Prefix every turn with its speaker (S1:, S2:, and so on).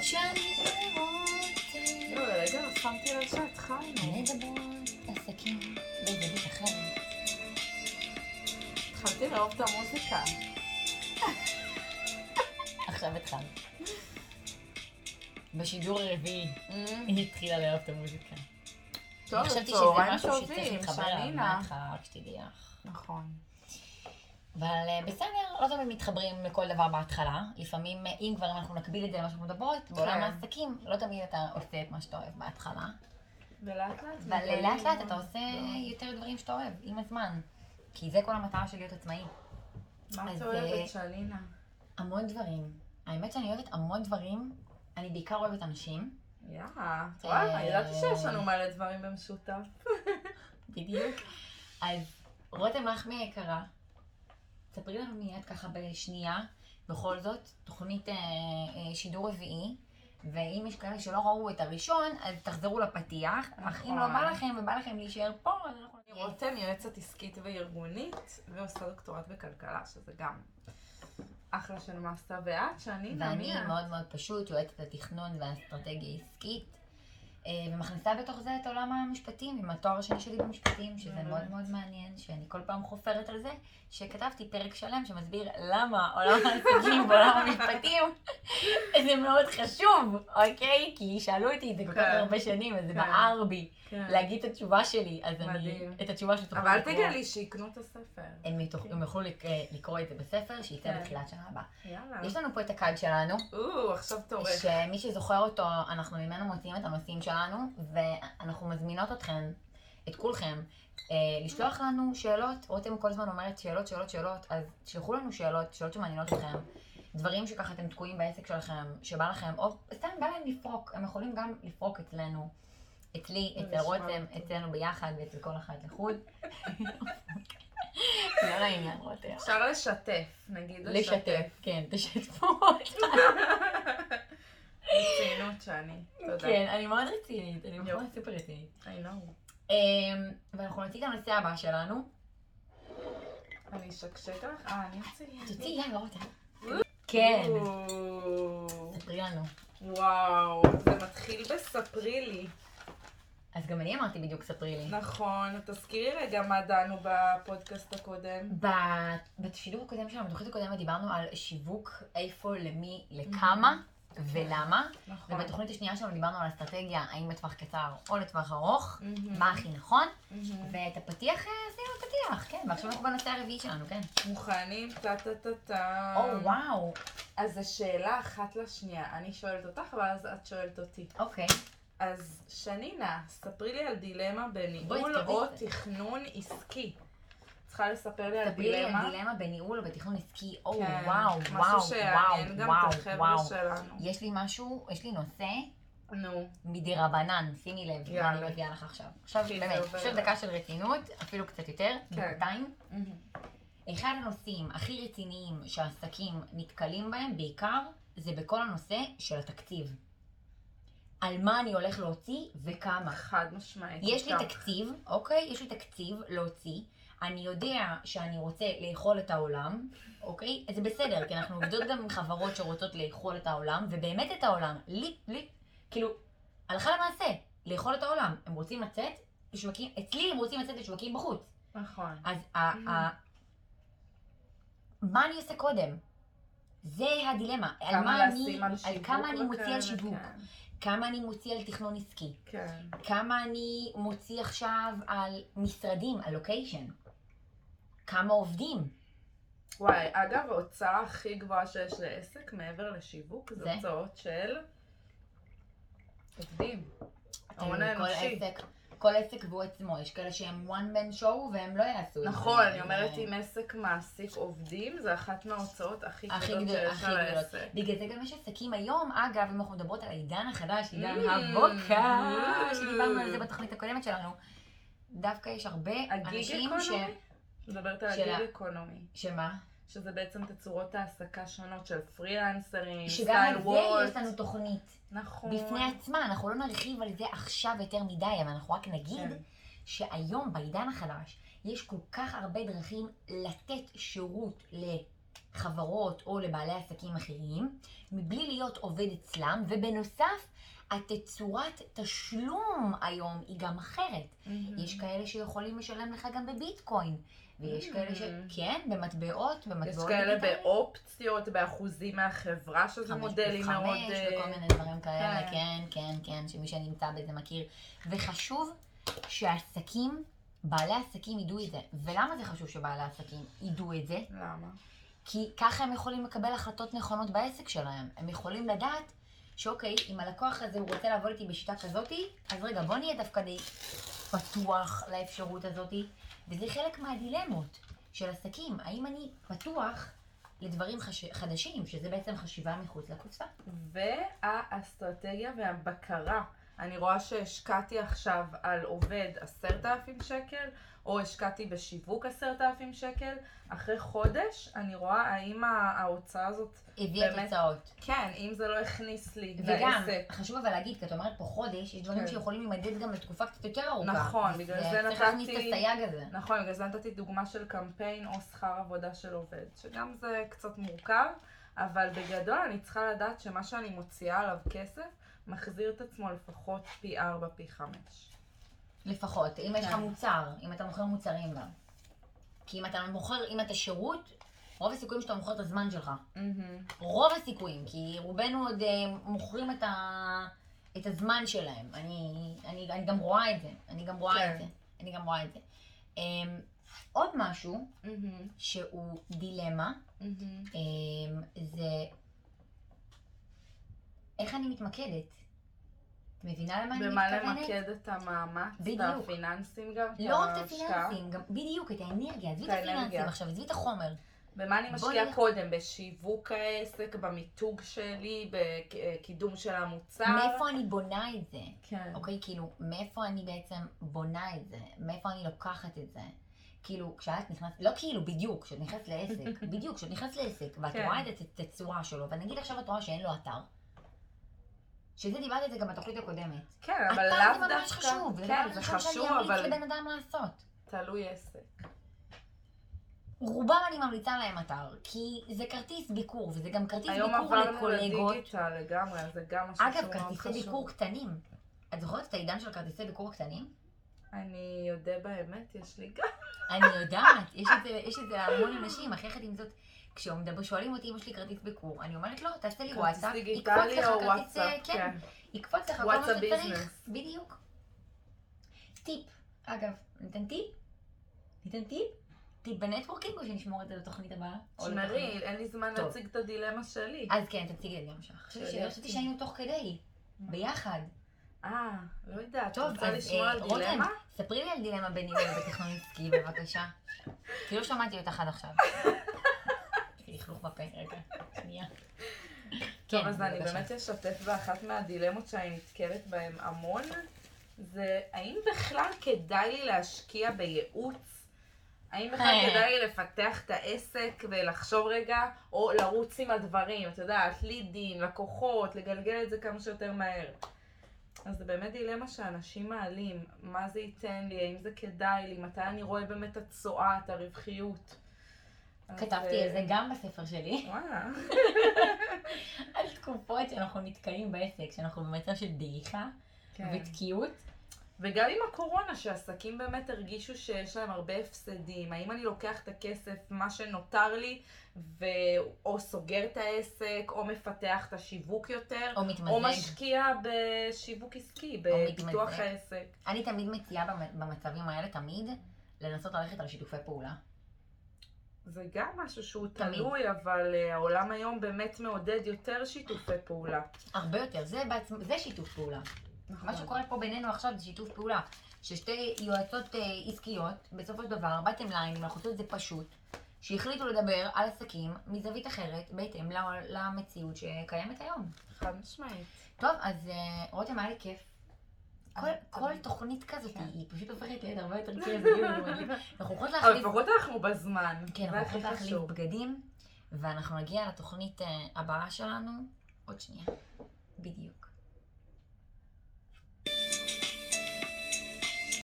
S1: כשאני רואה
S2: לא, לרגע לא שמתי לב שהתחלנו.
S1: מדברות עסקים בזווית אחרת.
S2: התחלתי לאהוב את המוזיקה.
S1: עכשיו התחלנו. בשידור הרביעי היא התחילה לאהוב את המוזיקה.
S2: טוב,
S1: Mm. חשבתי שזה
S2: צהריים
S1: משהו שצריך
S2: טובים,
S1: להתחבר אליו
S2: שנינה.
S1: מההתחלה, רק שתדעי לך.
S2: נכון.
S1: אבל אה, בסדר, לא תמיד מתחברים לכל דבר בהתחלה. לפעמים, אה, אם כבר אנחנו נקביל את זה למה שאנחנו מדברות, בעולם
S2: כן.
S1: העסקים, לא תמיד אתה עושה את מה שאתה אוהב בהתחלה.
S2: ולאט לאט.
S1: אבל לאט לאט אתה עושה
S2: לא,
S1: יותר דברים שאתה אוהב, עם הזמן. כי זה כל המטרה של להיות עצמאי.
S2: מה
S1: אז,
S2: את
S1: אה,
S2: אוהבת, שלינה?
S1: המון דברים. האמת שאני אוהבת המון דברים. אני בעיקר אוהבת אנשים.
S2: יאה. וואי,
S1: אה,
S2: אני ידעתי שיש לנו מלא דברים במשותף.
S1: בדיוק. אז רותם לחמי היקרה, תספרי לנו מיד ככה בשנייה, בכל זאת, תוכנית אה, אה, שידור רביעי, ואם יש כאלה שלא ראו את הראשון, אז תחזרו לפתיח, אך אם לא
S2: נכון.
S1: בא לכם ובא לכם להישאר פה, אז אנחנו...
S2: אני רותם, יועצת עסקית וארגונית, ועושה דוקטורט בכלכלה, שזה גם אחלה של מסה. ואת, שנינה,
S1: ואני
S2: מי את?
S1: מאוד מאוד פשוט, יועצת התכנון והאסטרטגיה העסקית, אה, ומכניסה בתוך זה את עולם המשפטים, עם התואר השני שלי במשפטים, שזה
S2: באמת.
S1: מאוד מאוד מעניין, שאני כל פעם חופרת על זה, שכתבתי פרק שלם שמסביר למה עולם העסקים ועולם המשפטים, זה מאוד חשוב, אוקיי? כי שאלו אותי את זה כל כך
S2: כן.
S1: הרבה שנים, אז זה
S2: כן.
S1: בער בי
S2: כן.
S1: להגיד את התשובה שלי, אז אני,
S2: מדהים.
S1: את התשובה שתוכלו
S2: אבל אל תגלי שיקנו את הספר.
S1: הם יתוכ- הם יוכלו לק- לקרוא את זה בספר, שייצא
S2: כן.
S1: בתחילת שנה הבאה.
S2: יאללה.
S1: יש לנו פה את הקאד שלנו.
S2: או, עכשיו תורך.
S1: שמי שזוכר אותו, אנחנו ממנו מוציאים את הנושאים שלנו, ואנחנו מזמינות אתכם, את כולכם, אה, לשלוח לנו שאלות. רותם כל הזמן אומרת שאלות, שאלות, שאלות, אז תשלחו לנו שאלות, שאלות שמעניינות אתכם. דברים שככה אתם תקועים בעסק שלכם, שבא לכם, או סתם בא להם לפרוק, הם יכולים גם לפרוק אצלנו, אצלי,
S2: זה
S1: אצל
S2: נשמע
S1: רותם,
S2: טוב.
S1: אצלנו ביחד ואצל כל אחת לחוד. לא לעניין, רותם.
S2: אפשר לשתף, נגיד
S1: לשתף, כן, תשתפו אותנו.
S2: רצינות שאני. תודה.
S1: כן, אני מאוד רצינית, אני
S2: יופי.
S1: מאוד סופר רצינית.
S2: I know.
S1: אמ, ואנחנו נציג לנושא הבא שלנו.
S2: אני אשקשק לך? אה, אני
S1: תוציא,
S2: אצלי.
S1: יאללה, לא רוצה. כן,
S2: או,
S1: ספרי לנו.
S2: וואו, זה מתחיל בספרי לי.
S1: אז גם אני אמרתי בדיוק ספרי לי.
S2: נכון, תזכירי רגע מה דנו בפודקאסט הקודם.
S1: ב- בשידור הקודם שלנו, בתוכנית הקודמת, דיברנו על שיווק, איפה, למי, לכמה ולמה.
S2: נכון.
S1: ובתוכנית השנייה שלנו דיברנו על אסטרטגיה, האם לטווח קצר או לטווח ארוך,
S2: מהמם.
S1: מה הכי נכון.
S2: מהמם.
S1: ואת הפתיח אה, עשינו פתיח, כן, ועכשיו אנחנו בנושא הרביעי שלנו, כן. Oh,
S2: מוכנים? טה טה טה טה.
S1: או וואו,
S2: אז זו שאלה אחת לשנייה. אני שואלת אותך ואז את שואלת אותי.
S1: אוקיי.
S2: אז שנינה, ספרי לי על דילמה בניהול
S1: בואי, תביא
S2: או
S1: את זה.
S2: תכנון עסקי. צריכה לספר לי על
S1: ספרי לי
S2: דילמה.
S1: על דילמה בניהול או בתכנון עסקי, או
S2: כן,
S1: וואו, וואו,
S2: משהו שיעניין
S1: וואו,
S2: גם את
S1: וואו,
S2: החבר'ה
S1: וואו.
S2: שלנו.
S1: יש לי משהו, יש לי נושא
S2: נו,
S1: מדרבנן, שימי לב, מה אני
S2: יאללה.
S1: מביאה לך עכשיו. עכשיו
S2: כי זה
S1: באמת,
S2: עובר.
S1: פשוט דקה של רצינות, אפילו קצת יותר,
S2: כן.
S1: דקתיים. אחד הנושאים הכי רציניים שעסקים נתקלים בהם בעיקר, זה בכל הנושא של התקציב. על מה אני הולך להוציא וכמה.
S2: חד משמעית.
S1: יש לי
S2: איתך.
S1: תקציב, אוקיי? יש לי תקציב להוציא. אני יודע שאני רוצה לאכול את העולם, אוקיי? זה בסדר, כי אנחנו עובדות גם עם חברות שרוצות לאכול את העולם, ובאמת את העולם. לי, לי, כאילו, הלכה למעשה, לאכול את העולם. הם רוצים לצאת לשווקים, אצלי הם רוצים לצאת לשווקים בחוץ.
S2: נכון.
S1: אז ה... ה... מה אני עושה קודם? זה הדילמה. על
S2: Mm. כמה
S1: מה אני,
S2: לשים על
S1: על
S2: שיווק
S1: כמה אני מוציא
S2: וכאלה,
S1: על שיווק,
S2: כן.
S1: כמה אני מוציא על תכנון עסקי,
S2: כן.
S1: כמה אני מוציא עכשיו על משרדים, על לוקיישן? כמה עובדים?
S2: וואי, אגב, ההוצאה הכי גבוהה שיש לעסק מעבר לשיווק
S1: זה?
S2: זה הוצאות של עובדים.
S1: אתם,
S2: ההון האנושי.
S1: כל עסק, כל עסק והוא עצמו, יש כאלה שהם one man show והם לא יעשו את זה.
S2: נכון, אני אומרת
S1: זה
S2: אם עסק מעסיק עובדים, זה אחת מההוצאות הכי
S1: הכי
S2: גדולות
S1: גדול-
S2: שיש
S1: הכי
S2: על
S1: גדולות.
S2: העסק.
S1: בגלל זה גם יש עסקים היום, אגב, אם אנחנו מדברות על העידן החדש, עידן
S2: Mm.
S1: הבוקר,
S2: Mm.
S1: שדיברנו על זה בתוכנית הקודמת שלנו, דווקא יש הרבה
S2: הגיג
S1: אנשים ש...
S2: אקונומי? מדברת על
S1: של
S2: הגיג
S1: ה-
S2: אקונומי.
S1: שמה?
S2: שזה בעצם תצורות העסקה שונות של פרילנסרים,
S1: שגם על
S2: סטייל
S1: זה יש
S2: וולט.
S1: לנו תוכנית.
S2: נכון.
S1: בפני עצמה, אנחנו לא נרחיב על זה עכשיו יותר מדי, אבל אנחנו רק נגיד
S2: כן.
S1: שהיום בעידן החדש יש כל כך הרבה דרכים לתת שירות חברות או לבעלי עסקים אחרים, מבלי להיות עובד אצלם, ובנוסף, התצורת תשלום היום היא גם אחרת.
S2: Mm.
S1: יש כאלה שיכולים לשלם לך גם בביטקוין, ויש כאלה ש...
S2: Mhm.
S1: כן, במטבעות, במטבעות
S2: יש כאלה
S1: דיגיטליים.
S2: באופציות, באחוזים מהחברה, שזה
S1: חמש
S2: מודלים
S1: פלוס
S2: מאוד...
S1: חמש
S2: אה,
S1: וכל מיני דברים כאלה,
S2: כן.
S1: כן, כן, כן, שמי שנמצא בזה מכיר. וחשוב שהעסקים, בעלי עסקים ידעו את זה. ולמה זה חשוב שבעלי עסקים ידעו את זה?
S2: למה?
S1: כי ככה הם יכולים לקבל החלטות נכונות בעסק שלהם. הם יכולים לדעת שאוקיי, אם הלקוח הזה הוא רוצה לעבוד איתי בשיטה כזאתי, אז רגע, בוא נהיה דווקא די פתוח לאפשרות הזאתי. וזה חלק מהדילמות של עסקים. האם אני פתוח לדברים חש... חדשים, שזה בעצם חשיבה מחוץ לקופסה?
S2: והאסטרטגיה והבקרה. אני רואה שהשקעתי עכשיו על עובד עשרת אלפים שקל, או השקעתי בשיווק עשרת אלפים שקל. אחרי חודש, אני רואה האם ה- ההוצאה הזאת,
S1: הביאה
S2: באמת.
S1: תוצאות.
S2: כן, אם זה לא הכניס לי
S1: וגם,
S2: לעסק.
S1: חשוב אבל להגיד, כי את אומרת פה חודש, יש דברים
S2: כן.
S1: שיכולים להימדד גם לתקופה קצת יותר ארוכה.
S2: נכון,
S1: אז
S2: בגלל זה
S1: צריך להכניס את
S2: נתתי-
S1: הסייג הזה.
S2: נכון, בגלל זה נתתי דוגמה של קמפיין או שכר עבודה של עובד, שגם זה קצת מורכב, אבל בגדול אני צריכה לדעת שמה שאני מוציאה עליו כסף, מחזיר את עצמו לפחות פי 4, פי 5.
S1: לפחות, אם יש לך
S2: כן.
S1: מוצר, אם אתה מוכר מוצרים גם. כי אם אתה מוכר, אם אתה שירות, רוב הסיכויים שאתה מוכר את הזמן שלך. רוב הסיכויים, כי רובנו עוד אה, מוכרים את, ה... את הזמן שלהם. אני, אני, אני גם רואה את זה. אני גם רואה
S2: כן.
S1: את זה. אני גם רואה את זה. אמ, עוד משהו שהוא דילמה, אמ, זה איך אני מתמקדת. את מבינה למה אני מתכוונת?
S2: במה למקד את המאמץ,
S1: בדיוק.
S2: והפיננסים גם,
S1: לא רק את
S2: ההשקעה.
S1: הפיננסים, גם בדיוק, את האנרגיה, עזבי את
S2: את
S1: הפיננסים
S2: האנרגיה.
S1: עכשיו, עזבי את החומר.
S2: במה אני
S1: בואי
S2: משקיעה
S1: נלך-
S2: קודם, בשיווק העסק, במיתוג שלי, בקידום של המוצר.
S1: מאיפה אני בונה את זה?
S2: כן.
S1: אוקיי, כאילו, מאיפה אני בעצם בונה את זה? מאיפה אני לוקחת את זה? כאילו, כשאת נכנסת, לא כאילו, בדיוק, כשאת נכנסת לעסק, בדיוק, כשאת נכנסת לעסק, ואת
S2: כן.
S1: רואה את הת- את הצורה שלו, ונגיד עכשיו את רואה שאין לו אתר. שזה דיברת את זה גם בתוכנית הקודמת.
S2: כן, אבל לאו דווקא...
S1: אתר זה ממש חשוב, זה
S2: כן,
S1: דבר
S2: זה
S1: ראשון שאני
S2: חשוב,
S1: אמליץ
S2: אבל
S1: לבן אדם לעשות.
S2: תלוי עסק.
S1: רובם אני ממליצה להם אתר, כי זה כרטיס ביקור, וזה גם כרטיס
S2: היום
S1: ביקור
S2: עברנו
S1: לקולגות.
S2: לדיגיטל לגמרי, אז זה גם משהו
S1: אגב,
S2: שהוא מאוד
S1: כרטיסי
S2: חשוב.
S1: ביקור קטנים. את זוכרת את העידן של כרטיסי ביקור הקטנים?
S2: אני אודה באמת, יש לי גם.
S1: אני יודעת, יש את זה- יש את זה להמון אנשים, אך יחד עם זאת, כששואלים אותי אם יש לי כרטיס ביקור, אני אומרת לו, תעשה לי
S2: כרטיס
S1: וואטסאפ, יקפוץ
S2: דיגיטלי
S1: לך
S2: או
S1: כרטיס, אה,
S2: וואטסאפ,
S1: כן,
S2: כן.
S1: יקפוץ לך כל מה
S2: וואטסאפ
S1: שצריך,
S2: ביזנס.
S1: בדיוק. טיפ, אגב, ניתן טיפ? ניתן טיפ? טיפ בנטוורקינג או שנשמור את זה לתוכנית הבאה? או לתוכנית?
S2: שמרי, אין לי זמן
S1: טוב.
S2: להציג את הדילמה שלי.
S1: אז כן, תציגי את זה גם שלך. חשבתי ש-
S2: שלי.
S1: חשבתי שהיינו תוך כדי, ביחד.
S2: אה, לא יודעת, את
S1: טוב,
S2: רוצה
S1: אז
S2: לשמוע
S1: אה,
S2: על
S1: רותם,
S2: דילמה?
S1: ספרי לי על דילמה בין ניהול ותכנון עסקי, בבקשה. כי לא שמעתי אותך עד עכשיו. יש לי לכלוך בפה, רגע, שנייה. כן,
S2: טוב, אז אני
S1: בבקשה.
S2: באמת אשתף באחת מהדילמות שאני נתקלת בהן המון, זה האם בכלל כדאי לי להשקיע בייעוץ? האם בכלל
S1: אה.
S2: כדאי לי לפתח את העסק ולחשוב רגע, או לרוץ עם הדברים, את יודעת, לידים, לקוחות, לגלגל את זה כמה שיותר מהר. אז זה באמת דילמה שאנשים מעלים, מה זה ייתן לי, האם זה כדאי לי, מתי אני רואה באמת התשואה, את הרווחיות. אז,
S1: כתבתי
S2: אה,
S1: על זה גם בספר שלי,
S2: וואלה.
S1: על תקופות שאנחנו נתקעים בעסק, שאנחנו במצב של דעיכה
S2: כן.
S1: ותקיעות.
S2: וגם עם הקורונה, שעסקים באמת הרגישו שיש להם הרבה הפסדים. האם אני לוקח את הכסף, מה שנותר לי, ו... או סוגר את העסק, או מפתח את השיווק יותר,
S1: או
S2: או
S1: מתמזג.
S2: משקיע בשיווק עסקי,
S1: מתמזג.
S2: בפיתוח העסק.
S1: אני תמיד מציעה במ- במצבים האלה, תמיד, לנסות ללכת על שיתופי פעולה.
S2: זה גם משהו שהוא
S1: תמיד.
S2: תלוי, אבל אה, העולם היום באמת מעודד יותר שיתופי פעולה. נכון.
S1: הרבה יותר, זה בעצמו, זה שיתוף פעולה. מה שקורה פה בינינו עכשיו זה שיתוף פעולה. ששתי יועצות אה, עסקיות, בסופו של דבר, באתם ליין, אם אנחנו עושים את זה פשוט, שהחליטו לדבר על עסקים מזווית אחרת, בהתאם ל- למציאות שקיימת היום.
S2: חד משמעית.
S1: טוב, אז אה, רותם, היה לי כיף. כל,
S2: אבל
S1: כל
S2: תמיד.
S1: תוכנית כזאת,
S2: כן.
S1: היא פשוט הופכת להיות הרבה יותר כיף. אנחנו יכולות
S2: אבל
S1: להחליף,
S2: לפחות אנחנו בזמן.
S1: כן, אנחנו
S2: זה הכי
S1: יכולות להחליף
S2: חשוב.
S1: בגדים, ואנחנו נגיע לתוכנית אה, הבאה שלנו עוד שנייה. בדיוק.